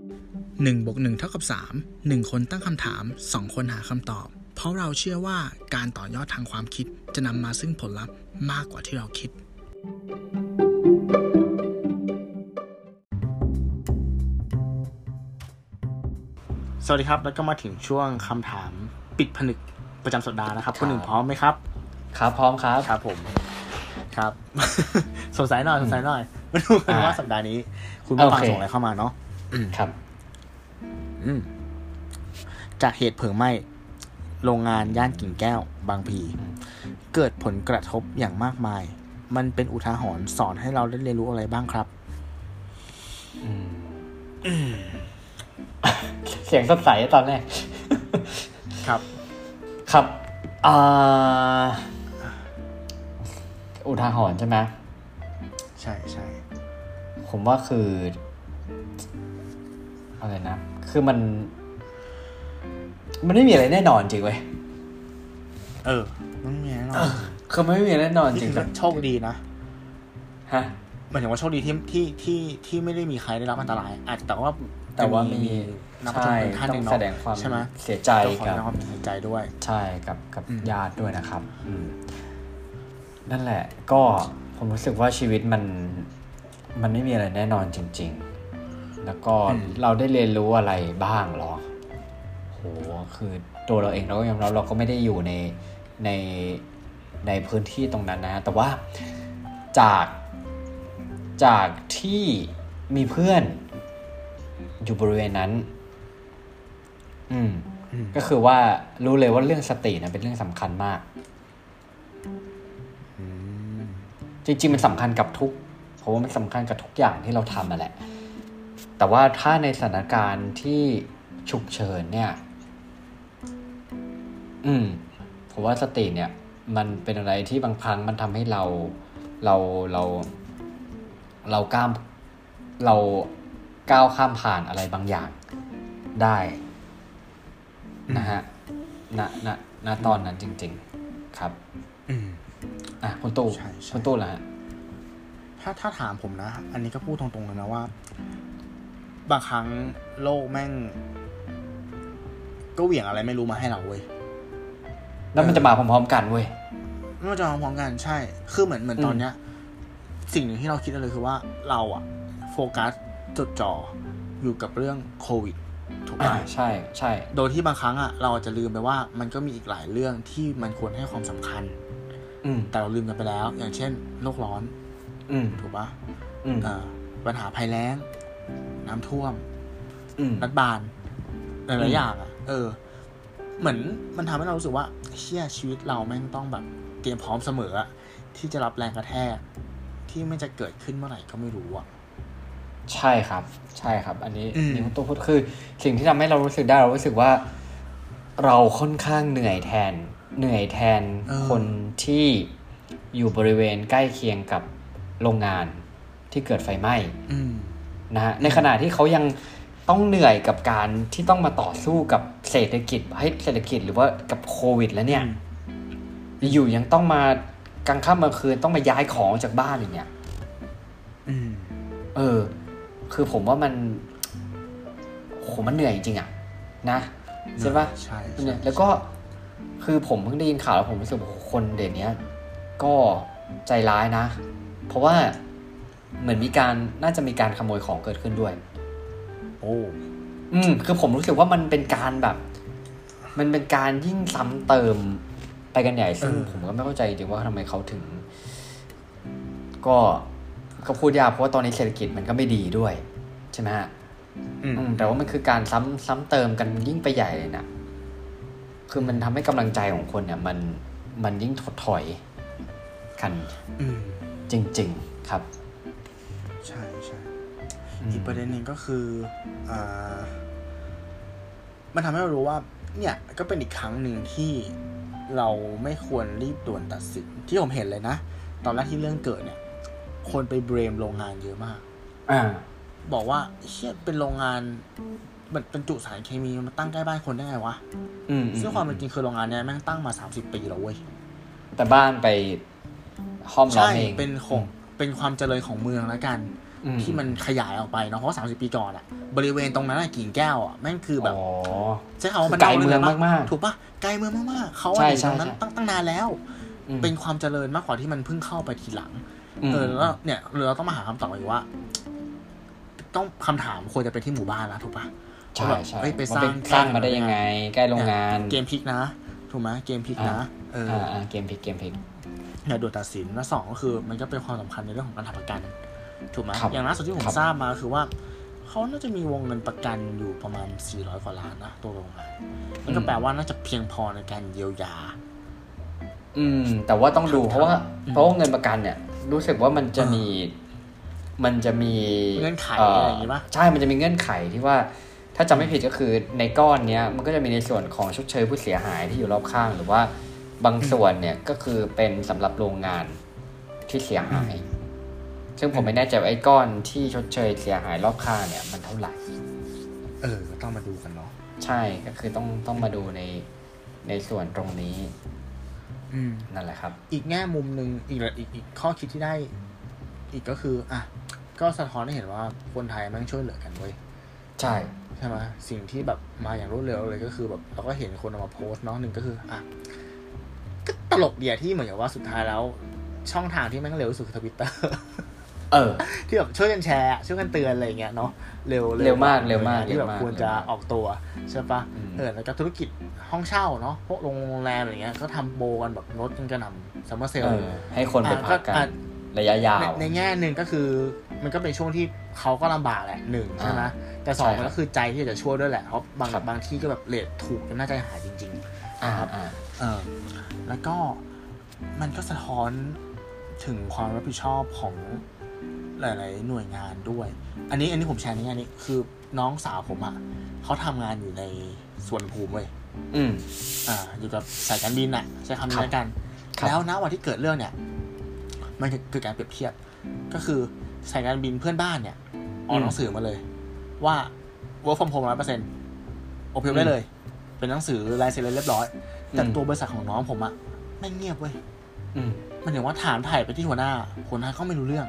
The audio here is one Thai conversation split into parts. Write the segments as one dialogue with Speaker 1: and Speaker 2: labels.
Speaker 1: 1บวก1เท่ากับ3 1 คนตั้งคำถาม 2 คนหาคำตอบ เพราะเราเชื่อว่าการต่อยอดทางความคิดจะนำมาซึ่งผลลัพธ์มากกว่าที่เราคิด สวัสดีครับ แล้วก็มาถึงช่วงคำถามปิดผนึกประจำสัปดาห์นะครับคุณหนึ่งพร้อมไหมครับ
Speaker 2: ครับพร้อมครับ
Speaker 1: ครับผม ครับ สงสัยหน่อยสงสัยหน่อยมาดูกัน
Speaker 2: อ่า
Speaker 1: ว่าสัปดาห์นี้ คุณผู้ฟัง
Speaker 2: โอเค
Speaker 1: ส่งอะไรเข้ามาเนาะ
Speaker 2: ครับ
Speaker 1: อืมจากเหตุเพลิงไหม้โรงงานย่านกิ่งแก้ว บางพลีเกิดผลกระทบอย่างมากมาย มันเป็นอุทาหรณ์สอนให้เราได้เรียนรู้อะไรบ้างครับ
Speaker 2: เสียงสดใสตอนแรก
Speaker 1: ครับ
Speaker 2: ครับอ่าอุทาหรณ์ใช่ไหม
Speaker 1: ใช่ใช่
Speaker 2: ผมว่าคืออะไรนะ คือมัน มันไม่มีอะไรแน่นอนจริงเว้ย
Speaker 1: เออนั่นไงเนาะ
Speaker 2: คือมันไม่มีอะไรแน่นอน
Speaker 1: นี่
Speaker 2: จริง
Speaker 1: คือ
Speaker 2: แต่
Speaker 1: โชคดีนะ
Speaker 2: ฮะ
Speaker 1: หมายถึงว่าโชคดีที่ที่ที่ที่ไม่ได้มีใครได้รับอันตราย อาจจะแต่ว่า
Speaker 2: แต่ว่ามี
Speaker 1: นักประชา
Speaker 2: ใช่
Speaker 1: ชนท่านห
Speaker 2: ต้อ
Speaker 1: นึ่
Speaker 2: ง
Speaker 1: ง
Speaker 2: แส
Speaker 1: เนาะ
Speaker 2: ดงความ
Speaker 1: ใช่ไหม
Speaker 2: เสียใจ
Speaker 1: ต้องขอแส
Speaker 2: กับ
Speaker 1: ดงความเสียใจด้วย
Speaker 2: ใช่กับกับ
Speaker 1: อืม
Speaker 2: ญาติด้วยนะครับ อืม นั่นแหละ ก็ผมรู้สึกว่าชีวิตมัน มันไม่มีอะไรแน่นอนจริง ๆ แล้วก็เราได้เรียนรู้อะไรบ้างเหรอโหคือตัวเราเองเราก็ยอมรับเราก็ไม่ได้อยู่ในในในพื้นที่ตรงนั้นนะ แต่ว่าจากจากที่มีเพื่อนอยู่บริเวณนั้น อืม
Speaker 1: อืม
Speaker 2: ก็คือว่ารู้เลยว่าเรื่องสตินะเป็นเรื่องสำคัญมาก
Speaker 1: อืม
Speaker 2: จริงๆมันสำคัญกับทุกเพราะว่ามันสำคัญกับทุกอย่างที่เราทำนั่นแหละ แต่ว่าถ้าในสถานการณ์ที่ฉุกเฉินเนี่ย อืมผมว่าสติเนี่ย มันเป็นอะไรที่บางครั้งมันทำให้เราเราเรา เราก้ามเราก้าวข้ามผ่านอะไรบางอย่างได้ นะฮะณณณตอนนั้นจริง ๆ ครับ
Speaker 1: อืม
Speaker 2: อ่ะคุณตู้
Speaker 1: ใช่ใช่
Speaker 2: คุณตู้ล่ะฮะ
Speaker 1: ถ้าถ้าถามผมนะ อันนี้ก็พูดตรงๆเลยนะว่า บางครั้งโลกแม่ง ก็เหวี่ยงอะไรไม่รู้มาให้เราเว้ย
Speaker 2: แล้วมันจะมาพร้อมๆกันเว้ย
Speaker 1: ไม่ว่าจะพร้อมๆกันใช่ คือเหมือนเหมือน
Speaker 2: อืม
Speaker 1: ตอนเนี้ย สิ่งหนึ่งที่เราคิดเลยคือว่าเราอะโฟกัสจดจ่ออยู่กับเรื่องโควิด ถูกไหม
Speaker 2: อ่าใช่ใช่
Speaker 1: โดยที่บางครั้งอะเราอาจจะลืมไปว่า มันก็มีอีกหลายเรื่องที่มันควรให้ความสำคัญ
Speaker 2: อืม
Speaker 1: แต่เราลืมกันไปแล้ว อย่างเช่นโลกร้อน
Speaker 2: อืม
Speaker 1: ถูกปะ
Speaker 2: อืม
Speaker 1: เอ่อปัญหาภัยแล้ง น้ำท่วม
Speaker 2: อืม
Speaker 1: รัฐบาลห
Speaker 2: อื
Speaker 1: ลาย
Speaker 2: ม
Speaker 1: ๆอย่างอ่ะ เออ เหมือนมันทำให้เรารู้สึกว่าเชี่ยชีวิตเราแม่งต้องแบบ เตรียมพร้อมเสมออะที่จะรับแรงกระแทก ที่ไม่จะเกิดขึ้นเมื่อไหร่ก็ไม่รู้อ่ะ
Speaker 2: ใช่ครับ ใช่ครับ อันนี้
Speaker 1: อืม
Speaker 2: นี่คุณตู้พูดคือ สิ่งที่ทำให้เรารู้สึกได้เรารู้สึกว่า เราค่อนข้างเหนื่อยแทน เหนื่อยแทนคนที่อยู่บริเวณใกล้เคียงกับโรงงานที่เกิดไฟไหม้
Speaker 1: อืม
Speaker 2: นะฮะในขณะที่เขายังต้องเหนื่อยกับการที่ต้องมาต่อสู้กับเศรษฐกิจให้เศรษฐกิจหรือว่ากับโควิดแล้วเนี่ย
Speaker 1: อืม
Speaker 2: อยู่ยังต้องมากลางค่ำกลางคืนต้องมาย้ายของจากบ้านอย่างเงี้ย
Speaker 1: อืม
Speaker 2: เออ คือผมว่ามันโอ้โหมันเหนื่อยจริงๆอะนะใช่ปะ
Speaker 1: ใช่ใช่
Speaker 2: เนี่ยแล้วก็คือผมเพิ่งได้ยินข่าวแล้วผมรู้สึกว่าโอ้โหคนเดี๋ยวนี้ก็ใจร้ายนะ เพราะว่าเหมือนมีการน่าจะมีการขโมยของเกิดขึ้นด้วย
Speaker 1: โอ้
Speaker 2: อืมคือผมรู้สึกว่ามันเป็นการแบบ มันเป็นการยิ่งซ้ำเติมไปกันใหญ่ซึ่งผมก็ไม่เข้าใจจริงๆว่าทำไมเขาถึง ก็ก็พูดยากเพราะว่าตอนนี้เศรษฐกิจมันก็ไม่ดีด้วย ใช่ไหมฮะ
Speaker 1: อืม
Speaker 2: อืมแต่ว่ามันคือการซ้ำซ้ำเติมกันยิ่งไปใหญ่เลยนะ คือมันทำให้กำลังใจของคนเนี่ย มันมันยิ่งถดถอยกัน
Speaker 1: อืม
Speaker 2: จริง ๆ ครับ
Speaker 1: ใช่ใช่
Speaker 2: อืม
Speaker 1: อีกประเด็นหนึ่งก็คืออ่ามันทำให้เรารู้ว่า เนี่ย ก็เป็นอีกครั้งหนึ่งที่เราไม่ควรรีบด่วนตัดสินที่ผมเห็นเลยนะ ตอนแรกที่เรื่องเกิดเนี่ย คนไปเบรมโรงงานเยอะมาก
Speaker 2: อ่า
Speaker 1: บอกว่าเชี่ยเป็นโรงงานเหมือนเป็นจุสารเคมีมันตั้งใกล้บ้านคนได้ไงวะ
Speaker 2: อืม
Speaker 1: ซึ่งความเป็นจริงคือโรงงานเนี้ยแม่งตั้งมา 30 ปีแล้วเว้ย
Speaker 2: แต่บ้านไปห้อมล้อม
Speaker 1: ใช่
Speaker 2: เอง
Speaker 1: เป็นของ เป็นความเจริญของเมืองแล้วกัน
Speaker 2: อื
Speaker 1: ที่มันขยายออกไปเนาะเพราะสามสิบปีก่อนอะบริเวณตรงนั้นอะกิ่งแก้วอะแม่งคือแบบ
Speaker 2: อ๋อ
Speaker 1: ใช้คำว่ามัน
Speaker 2: คือไกลเมื
Speaker 1: ด
Speaker 2: อง
Speaker 1: วรื่
Speaker 2: มากๆ
Speaker 1: ถูกปะไกลเมืองมากๆเขา
Speaker 2: ใช่
Speaker 1: อะอยู่ต
Speaker 2: ใช่
Speaker 1: รงนั้น
Speaker 2: ใช่
Speaker 1: ตั้งตั้งนานแล้ว
Speaker 2: อืม
Speaker 1: เป็นความเจริญมากกว่าที่มันเพิ่งเข้าไปทีหลัง
Speaker 2: ม
Speaker 1: เออแล้วเนี่ยเราต้องมาหาคำตอบอีกว่า ต้องคำถามควรจะเป็นที่หมู่บ้านนะถูกปะ
Speaker 2: ใช่ใช่
Speaker 1: เอ้ยไป
Speaker 2: มัน
Speaker 1: สร้าง
Speaker 2: เป็นสร้าง
Speaker 1: แค่
Speaker 2: มาได้ยังไง ใกล้โรงงาน
Speaker 1: เกมพลิกนะ ถูกไหมเกมพลิกนะเออ
Speaker 2: อ่าอ่าเกมพลิกเกมพลิก
Speaker 1: อย่าด่วนตัดสินและสองก็คือ มันก็เป็นความสำคัญในเรื่องของการทำประกัน ถูกไหม
Speaker 2: ครับ
Speaker 1: อย่างล่าสุดที่ผม
Speaker 2: ครับ
Speaker 1: ทราบมาคือว่าเขาน่าจะมีวงเงินประกันอยู่ประมาณ 400กว่าล้านนะตัวโรงงานมันก็แปลว่าน่าจะเพียงพอในการเยียวยา
Speaker 2: อืม แต่ว่าต้องดูเพราะว่า
Speaker 1: อืม
Speaker 2: เพราะว่าเงินประกันเนี่ย รู้สึกว่ามันจะมี มันจะมี
Speaker 1: เงื่อนไขอะไรอย่างงี้ปะ
Speaker 2: เใช่ มันจะมีเงื่อนไขที่ว่า ถ้าจำไม่ผิดก็คือในก้อนเนี้ยมันก็จะมีในส่วนของชดเชยผู้เสียหายที่อยู่รอบข้าง หรือว่าบางส่วนเนี่ยก็คือเป็นสำหรับโรงงานที่เสียหาย ซึ่งผมไม่แน่ใจว่าไอ้ก้อนที่ชดเชยเสียหายรอบข้างเนี่ยมันเท่าไหร่
Speaker 1: เออก็ต้องมาดูกันเนาะ
Speaker 2: ใช่ก็คือต้องต้องมาดูในในส่วนตรงนี้
Speaker 1: อืม
Speaker 2: นั่นแหละครับ
Speaker 1: อีกแง่มุมหนึ่งอีกละอีกอีกข้อคิดที่ได้ อีกก็คือ อ่ะ ก็สะท้อนให้เห็นว่าคนไทยแมันช่วยเหลือกันเว้ย
Speaker 2: ใช่
Speaker 1: ใช่ไหมสิ่งที่แบบมาอย่างรวดเร็วเลยก็คือแบบเราก็เห็นคนเอามาโพสต์เนาะหนึ่งก็คือ อ่ะ ก็ตลกเดียที่เหมือนกับว่าสุดท้ายแล้ว ช่องทางที่แม่งเร็วที่สุดคือทวิตเตอร์
Speaker 2: เออ
Speaker 1: ที่แบบช่วยกันแชร์อะช่วยกันเตือนอะไรอย่างเงี้ยเนาะเร็ว
Speaker 2: เร็วมากเร็วมาก
Speaker 1: ที่แบบ
Speaker 2: เร็วมาก
Speaker 1: ควรจะออกตัวใช่ปะ
Speaker 2: อืม
Speaker 1: เออแล้วก็ธุรกิจห้องเช่าเนาะพวกโรงแรมอะไรเงี้ยก็ทำโบกันแบบลดกันกระหน่ำซัมเมอร์เซล
Speaker 2: เออให้คนไปพักกั
Speaker 1: อ่ะก็อ่ะ
Speaker 2: นระยะยาว
Speaker 1: ในในแง่หนึ่งก็คือมันก็เป็นช่วงที่เขาก็ลำบากแหละหนึ่งใช่ไหมแต่สอง
Speaker 2: ใช่ครับ
Speaker 1: มันก็คือใจที่จะช่วยด้วยแหละเพราะบาง
Speaker 2: ครับ
Speaker 1: บางที่ก็แบบเลทถูกจนน่าใจหายจริง
Speaker 2: อ่าอ่า
Speaker 1: ๆ เออแล้วก็มันก็สะท้อนถึงความรับผิดชอบของหลาย ๆ หน่วยงานด้วย อันนี้อันนี้ผมแชร์ในแง่นี้คือน้องสาวผมอะ่ะเขาทำงานอยู่ในสวนภูมิเว้ย
Speaker 2: อืม
Speaker 1: อ่าอยู่กับสายการบินน่ะใช้คำ
Speaker 2: ค
Speaker 1: นี้
Speaker 2: รับ
Speaker 1: แล้วกัน
Speaker 2: ครับ
Speaker 1: แล้วนะวันที่เกิดเรื่องเนี่ย มันคือคือการเปรียบเทียบ ก็คือสายการบินเพื่อนบ้านเนี่ยออกหนังสือมาเลย ว่า work from home ร้อยเปอร์เซ็นต์อพยพได้เลย เป็นหนังสือลายเซ็นเรียบร้อย แต่ตัวบริษัทของน้องผมอะไม่งเงียบเว้ย
Speaker 2: อืม
Speaker 1: มันถึงว่าถามถ่ายไปที่หัวหน้าหัวหน้าก็ไม่รู้เรื่อง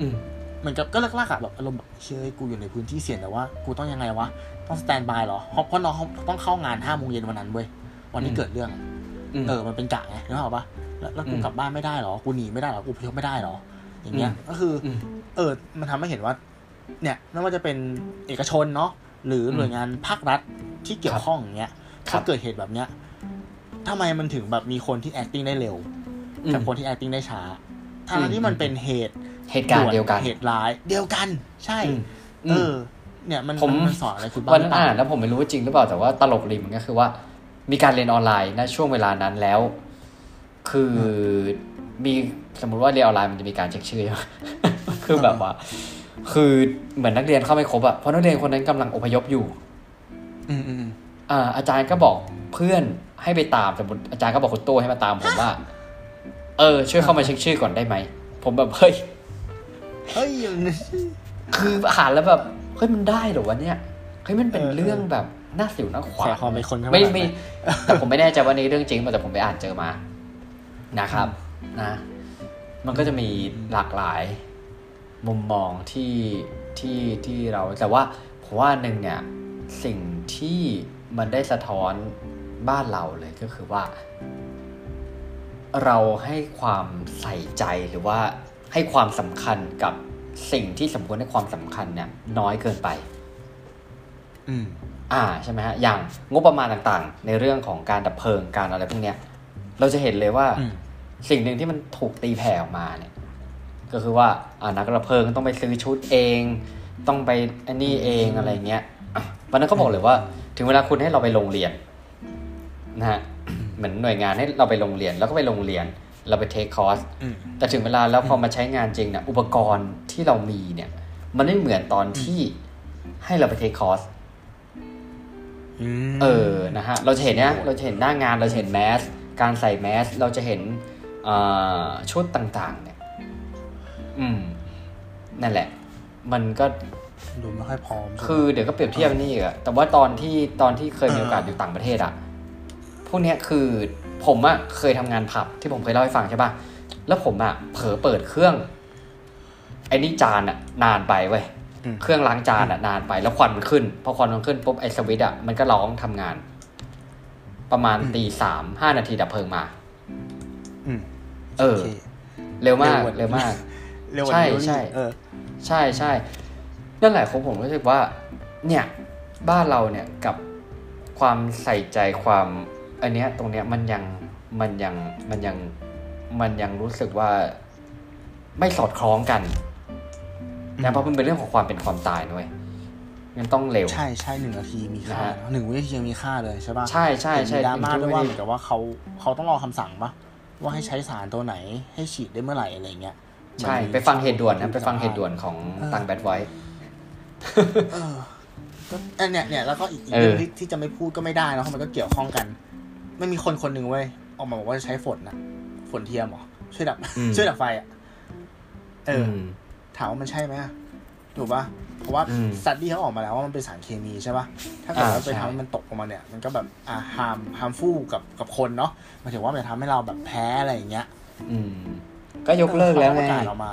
Speaker 2: อืม
Speaker 1: เหมือนกับก็เลิกลากอะแบบอารมณ์แบบเชื่อกูอยู่ในพื้นที่เสี่ยงแต่ว่ากูต้องยังไงวะ ต้องสแตนบายเหรอเพราะเพราะน้องเขาต้องเข้างานห้าโมงเย็นวันนั้นเว้ยวันที่
Speaker 2: อืม
Speaker 1: เกิดเรื่องอะ
Speaker 2: อืม
Speaker 1: เออ มันเป็นกะไงนึกออกปะแล้วแล้วกู
Speaker 2: อืม
Speaker 1: กลับบ้านไม่ได้เหรอ กูหนีไม่ได้เหรอ กูพยพไม่ได้เหรอ อย่างเงี้ย
Speaker 2: อืม
Speaker 1: ก็คืออ
Speaker 2: ม
Speaker 1: เออ มันทำให้เห็นว่า เนี่ย ไม่ว่าจะเป็นเอกชนเนาะ หรือหน่วยงานภาครัฐที่เกี่ยวข้องอย่างเงี้ย
Speaker 2: ครั
Speaker 1: ถ้า
Speaker 2: บ
Speaker 1: เกิดเหตุแบบเนี้ยทำไมมันถึงแบบมีคนที่ acting ได้เร็ว
Speaker 2: อืม
Speaker 1: กับคนที่ acting ได้ช้าทั้
Speaker 2: อืม
Speaker 1: งที่มันเป็นเหตุ
Speaker 2: เหตุการณ์
Speaker 1: ด่น
Speaker 2: เดียวกัน
Speaker 1: เหตุร้าย เดียวกัน ใช่
Speaker 2: อืม
Speaker 1: เอ
Speaker 2: อืม
Speaker 1: อ เนี่ย มัน
Speaker 2: ผม
Speaker 1: มันสอนอะไรคุณบ้า
Speaker 2: วั
Speaker 1: ง
Speaker 2: น
Speaker 1: หรือ
Speaker 2: นั้น
Speaker 1: เป
Speaker 2: อ่าน
Speaker 1: ล่า
Speaker 2: แล้วผมไม่รู้ว่าจริงหรือเปล่าแต่ว่าตลกริมนก็คือว่า มีการเรียนออนไลน์ณช่วงเวลานั้นแล้ว คืออมีสมมุติว่าเรียนออนไลน์มันจะมีการเช็คชื่อใช่ไหม คือแบบว่า คือเหมือนนักเรียนเข้าไม่ครบอะเพราะนักเรียนคนนั้นกำลังอพยพอยู่
Speaker 1: อืมอืมอืม
Speaker 2: อ่าอาจารย์ก็บอกเพื่อนให้ไปตามสมมติอาจารย์ก็บอกคุณตัวให้มาตามผมว่า เออ ช่วยเข้ามาเช็คชื่อก่อนได้ไหม ผมแบบเฮ้ย
Speaker 1: เฮ้ย
Speaker 2: คืออ่านแล้วแบบเฮ้ยมันได้เหรอวะเนี่ยเฮ้ยมันเป็น
Speaker 1: เออ
Speaker 2: เรื่องแบบน่าสิวน่าขวา
Speaker 1: แข
Speaker 2: น
Speaker 1: กความเป็นคนข้างหลัง
Speaker 2: ไม่
Speaker 1: ไหม
Speaker 2: ไม่แต่ผมไม่แน่ใจว่าในเรื่องจริงป่ะแต่ผมไปอ่านเจอมานะครับนะ มันก็จะมีหลากหลาย มุมมองที่ที่ที่เราแต่ว่าผมว่าหนึ่งเนี่ยสิ่งที่มันได้สะท้อนบ้านเราเลยก็คือว่า เราให้ความใส่ใจหรือว่าให้ความสำคัญกับสิ่งที่สมควรให้ความสำคัญเนี่ยน้อยเกินไป
Speaker 1: อืม
Speaker 2: อ่าใช่ไหมฮะอย่างงบประมาณต่างๆ ในเรื่องของการดับเพลิงการอะไรพวกเนี้ยเราจะเห็นเลยว่า
Speaker 1: อืม
Speaker 2: สิ่งหนึ่งที่มันถูกตีแผ่ออกมาเนี่ย ก็คือว่าอ่านักดับเพลิงต้องไปซื้อชุดเอง ต้องไปอันนี้เองอะไรเงี้ยอ่ะวันนั้นก็บอกเลยว่า ถึงเวลาคุณให้เราไปโรงเรียนนะฮะเหมือนหน่วยงานให้เราไปโรงเรียน แล้วก็ไปโรงเรียน เราไปเทคคอร์ส
Speaker 1: อืม
Speaker 2: แต่ถึงเวลาแล้วพอมาใช้งานจริงเนี่ยอุปกรณ์ที่เรามีเนี่ย มันไม่เหมือนตอนที่ให้เราไปเทคคอร์ส
Speaker 1: อืม
Speaker 2: เออ นะฮะ เราจะเห็นเนี่ย
Speaker 1: โอ้โห
Speaker 2: เราจะเห็นหน้างาน เราจะเห็นแมส การใส่แมส เราจะเห็นเอ่อชุดต่างๆ เนี่ย อืม นั่นแหละ มันก็
Speaker 1: ดูไม่ค่อยพร้อมใช่ไหม
Speaker 2: คือเดี๋ยวก็เปรียบเทียบนี่อีกอะแต่ว่าตอนที่ตอนที่เคยมีโอกาส
Speaker 1: เออ
Speaker 2: อ
Speaker 1: อ
Speaker 2: ยู่ต่างประเทศอะพวกเนี้ยคือผมอะเคยทำงานผับที่ผมเคยเล่าให้ฟังใช่ปะแล้วผมอะเผลอเปิดเครื่อง ไอ้นี่จานอะนานไปเว้ย
Speaker 1: อืม
Speaker 2: เครื่องล้างจานอะนานไปแล้วควันมันขึ้น พอควันมันขึ้นปุ๊บไอ้สวิตช์อะมันก็ร้องทำงาน ประมาณตีสามห้านาทีดับเพลิงมา
Speaker 1: อืม
Speaker 2: เออ
Speaker 1: โค
Speaker 2: เร็วมาก
Speaker 1: เร็วกว่า
Speaker 2: เร็วมาก
Speaker 1: เร็วกว่า
Speaker 2: ใช่
Speaker 1: เดลิเวอรี่
Speaker 2: ใช่
Speaker 1: เออ
Speaker 2: ใช่ใช่นั่นแหละของผมรู้สึกว่า เนี่ย บ้านเราเนี่ยกับความใส่ใจความอันเนี้ยตรงเนี้ยมันยังมันยังมันยังมันยังรู้สึกว่าไม่สอดคล้องกัน
Speaker 1: อื
Speaker 2: นะ
Speaker 1: ม
Speaker 2: เพราะมันเป็นเรื่องของความเป็นความตายด้วยงั้นต้องเร็ว
Speaker 1: ใช่ใช่หนึ่งนาทีมีค่า
Speaker 2: นะฮะ
Speaker 1: หนึ่งวินาทียังมีค่าเลยใช่ปะ
Speaker 2: ใช่ใช่ใช่
Speaker 1: เห็นมีดราม่า
Speaker 2: เห็น
Speaker 1: ด้
Speaker 2: ด้
Speaker 1: ว
Speaker 2: วย ย
Speaker 1: ว่าเหมือนกับว่าเขาเขาต้องรอคำสั่งปะว่าให้ใช้สารตัวไหนให้ฉีดได้เมื่อไหร่อะไรเงี้ย
Speaker 2: ใช่
Speaker 1: มันมี
Speaker 2: ไปฟังเหตุด่วนนะ
Speaker 1: ที่
Speaker 2: ไปฟังเหตุด่วนของตังแบดไว้
Speaker 1: เออก็เออเนี่ยเนี่ยแล้วก็อีกอีก
Speaker 2: เออ
Speaker 1: เรื่องที่ที่จะไม่พูดก็ไม่ได้เนอะเพราะมันก็เกี่ยวข้องกัน ไม่มีคนคนหนึ่งเว้ยออกมาบอกว่าจะใช้ฝนนะฝนเทียมเหรอช่วยดับ ช่วยดับไฟอ่ะเอออ
Speaker 2: ม
Speaker 1: ถามว่ามันใช่ไหมอะถูกปะเพราะว่า
Speaker 2: อืม
Speaker 1: สตัดดี้เขาออกมาแล้วว่ามันเป็นสารเคมีใช่ปะถ้าเกิด
Speaker 2: อ่า
Speaker 1: ว่าไป
Speaker 2: ใช่
Speaker 1: ทำให้มันตกออกมาเนี่ย มันก็แบบอ่าฮามฮามฟูกับกับคนเนาะหมายถึงว่ามันจะทำให้เราแบบแพ้อะไรอย่างเงี้ย
Speaker 2: อืม ก็ยกเลิกแล้ว
Speaker 1: ประ
Speaker 2: ไง
Speaker 1: กาศออกมา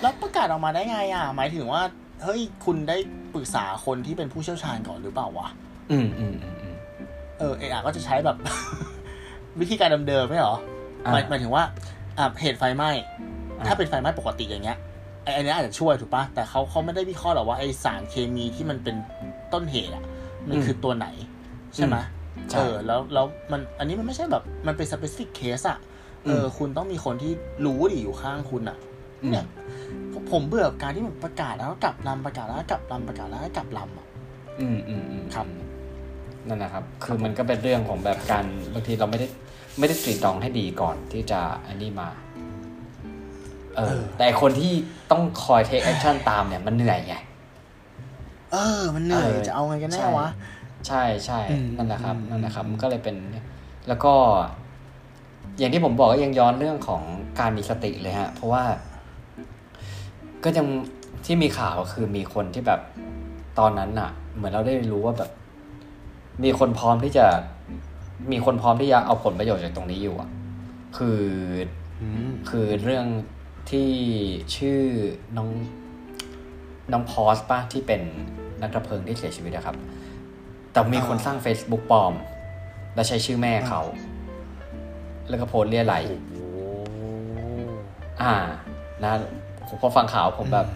Speaker 1: แล้วประกาศออกมาได้ไงอ่ะ หมายถึงว่า เฮ้ย คุณได้ปรึกษาคนที่เป็นผู้เชี่ยวชาญก่อนหรือเปล่าวะ
Speaker 2: อืมอืมอืมอืม
Speaker 1: เออเออก็จะใช้แบบ วิธีการเดิมๆไม่เหรอหมายหมายถึงว่าอ่ะเหตุไฟไหม้
Speaker 2: อ่า
Speaker 1: ถ้าเป็นไฟไหม้ปกติอย่างเงี้ยไอ้ไอันนี้ยอาจจะช่วยถูกปะแต่เขาเขาไม่ได้วิเคราะห์หรอกว่าไอสารเคมีที่มันเป็นต้นเหตุอ่ะ มันคือตัวไหน ใช่ไหม
Speaker 2: ใช่
Speaker 1: เออแล้วแล้วมันอันนี้มันไม่ใช่แบบมันเป็น specific case อ่ะเอออ
Speaker 2: ม
Speaker 1: คุณต้องมีคนที่รู้ดิอยู่ข้างคุณอ่ะ
Speaker 2: อืม
Speaker 1: เนี่ยผมผมเบื่อกับการที่มันประกาศแล้วก็กลับลำประกาศแล้วก็กลับลำประกาศแล้วก็กลับลำอ่ะ
Speaker 2: อืมอืมอืม
Speaker 1: ครับ
Speaker 2: นั่นนะครับ คือมันก็เป็นเรื่องของแบบการบางทีเราไม่ได้ไม่ได้ตรีตรองให้ดีก่อนที่จะอันนี้มา เออ แต่คนที่ต้องคอย take action ตามเนี่ยมันเหนื่อยไง
Speaker 1: เออ มันเหนื่อย
Speaker 2: เออ
Speaker 1: จะเอาไงกันแน่
Speaker 2: ใช่
Speaker 1: วะ
Speaker 2: ใช่ใช่
Speaker 1: อืม
Speaker 2: นั่นแหละครับ
Speaker 1: อืม
Speaker 2: นั่นแหละครับ
Speaker 1: อืม
Speaker 2: มันก็เลยเป็น แล้วก็ อย่างที่ผมบอกก็ยังย้อนเรื่องของการมีสติเลยฮะ เพราะว่า ก็ยังที่มีข่าวก็คือมีคนที่แบบตอนนั้นน่ะ เหมือนเราได้รู้ว่าแบบ มีคนพร้อมที่จะ มีคนพร้อมที่จะเอาผลประโยชน์จากตรงนี้อยู่อ่ะ คือ
Speaker 1: อืม
Speaker 2: คือเรื่องที่ชื่อน้องน้องพอสป้าที่เป็นนักดับเพลิงที่เสียชีวิตนะครับ แต่มีคน
Speaker 1: อ่า
Speaker 2: สร้าง Facebook ปลอม และใช้ชื่อแม่เขา แล้วก็โพสต์เรียไหลอ่า นะผมพอฟังข่าวผมแบบ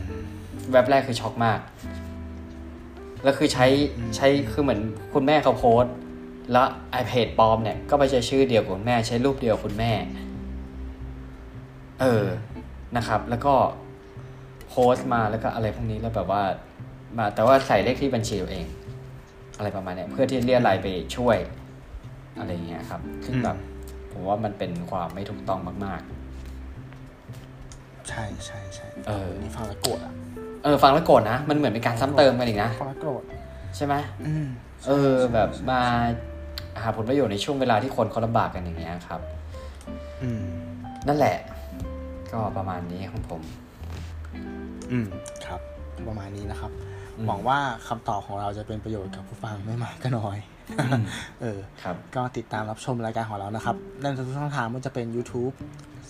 Speaker 2: แวบแรกคือช็อกมาก แล้วคือใช้
Speaker 1: อืม
Speaker 2: ใช้คือเหมือนคุณแม่เขาโพสต์ แล้วไอเพจปลอมเนี่ย ก็ไปใช้ชื่อเดียวกับคุณแม่ใช้รูปเดียวกับคุณแม่ เออ นะครับ แล้วก็โพสต์มาแล้วก็อะไรพวกนี้แล้วแบบว่า มาแต่ว่าใส่เลขที่บัญชีตัวเอง อะไรประมาณเนี้ยเพื่อที่เรียรายไปช่วย อะไรอย่างเงี้ยครับซึ่งแบบผมว่ามันเป็นความไม่ถูกต้องมาก
Speaker 1: ใช่ใช่ใช่
Speaker 2: เออ
Speaker 1: นี่ฟังแล้วโกรธอ่ะ
Speaker 2: ๆ เออ ฟังแล้วโกรธนะ มันเหมือนเป็นการซ้ำเติมกันอีกนะ
Speaker 1: ฟังแล้วโกรธ
Speaker 2: ใช่ไหม
Speaker 1: อืม
Speaker 2: เออแบบมาหาผลประโยชน์ในช่วงเวลาที่คนเขาลำบากกันอย่างเงี้ยครับ
Speaker 1: อืม
Speaker 2: นั่นแหละ ก็ประมาณนี้ของผม
Speaker 1: อืม ครับ ประมาณนี้นะครับ
Speaker 2: อืม
Speaker 1: หวังว่าคำตอบของเราจะเป็นประโยชน์กับผู้ฟังไม่มากก็น้อย เออ
Speaker 2: ครับ
Speaker 1: ก็ติดตามรับชมรายการของเรานะครับในทุกช่องทางไม่ว่าจะเป็น YouTube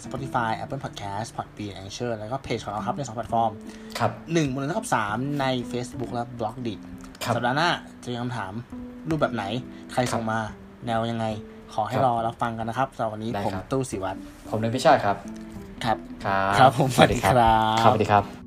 Speaker 1: Spotify Apple Podcast Podbean a n c h o r แล้วก็เพจของเราครับในสองแพลตฟอร์ม
Speaker 2: ครับ
Speaker 1: หนึ่งบนเท่ากับสามใน Facebook และ b l o g d i t
Speaker 2: ครับ
Speaker 1: สัปดาห์หน้าจะมีคำถามรูปแบบไหน ใครส่งมาแนวยังไง ขอให้
Speaker 2: ครับ
Speaker 1: รอรับฟังกันนะครับสำหรับวันนี้
Speaker 2: ได้
Speaker 1: ผม
Speaker 2: ครับ
Speaker 1: ตู้สิวัตร
Speaker 2: ผมเนยพิชาติครับ
Speaker 1: ครับ
Speaker 2: ครับ
Speaker 1: ครับผมสวัสดีครับ
Speaker 2: ครับสวัสดีครับ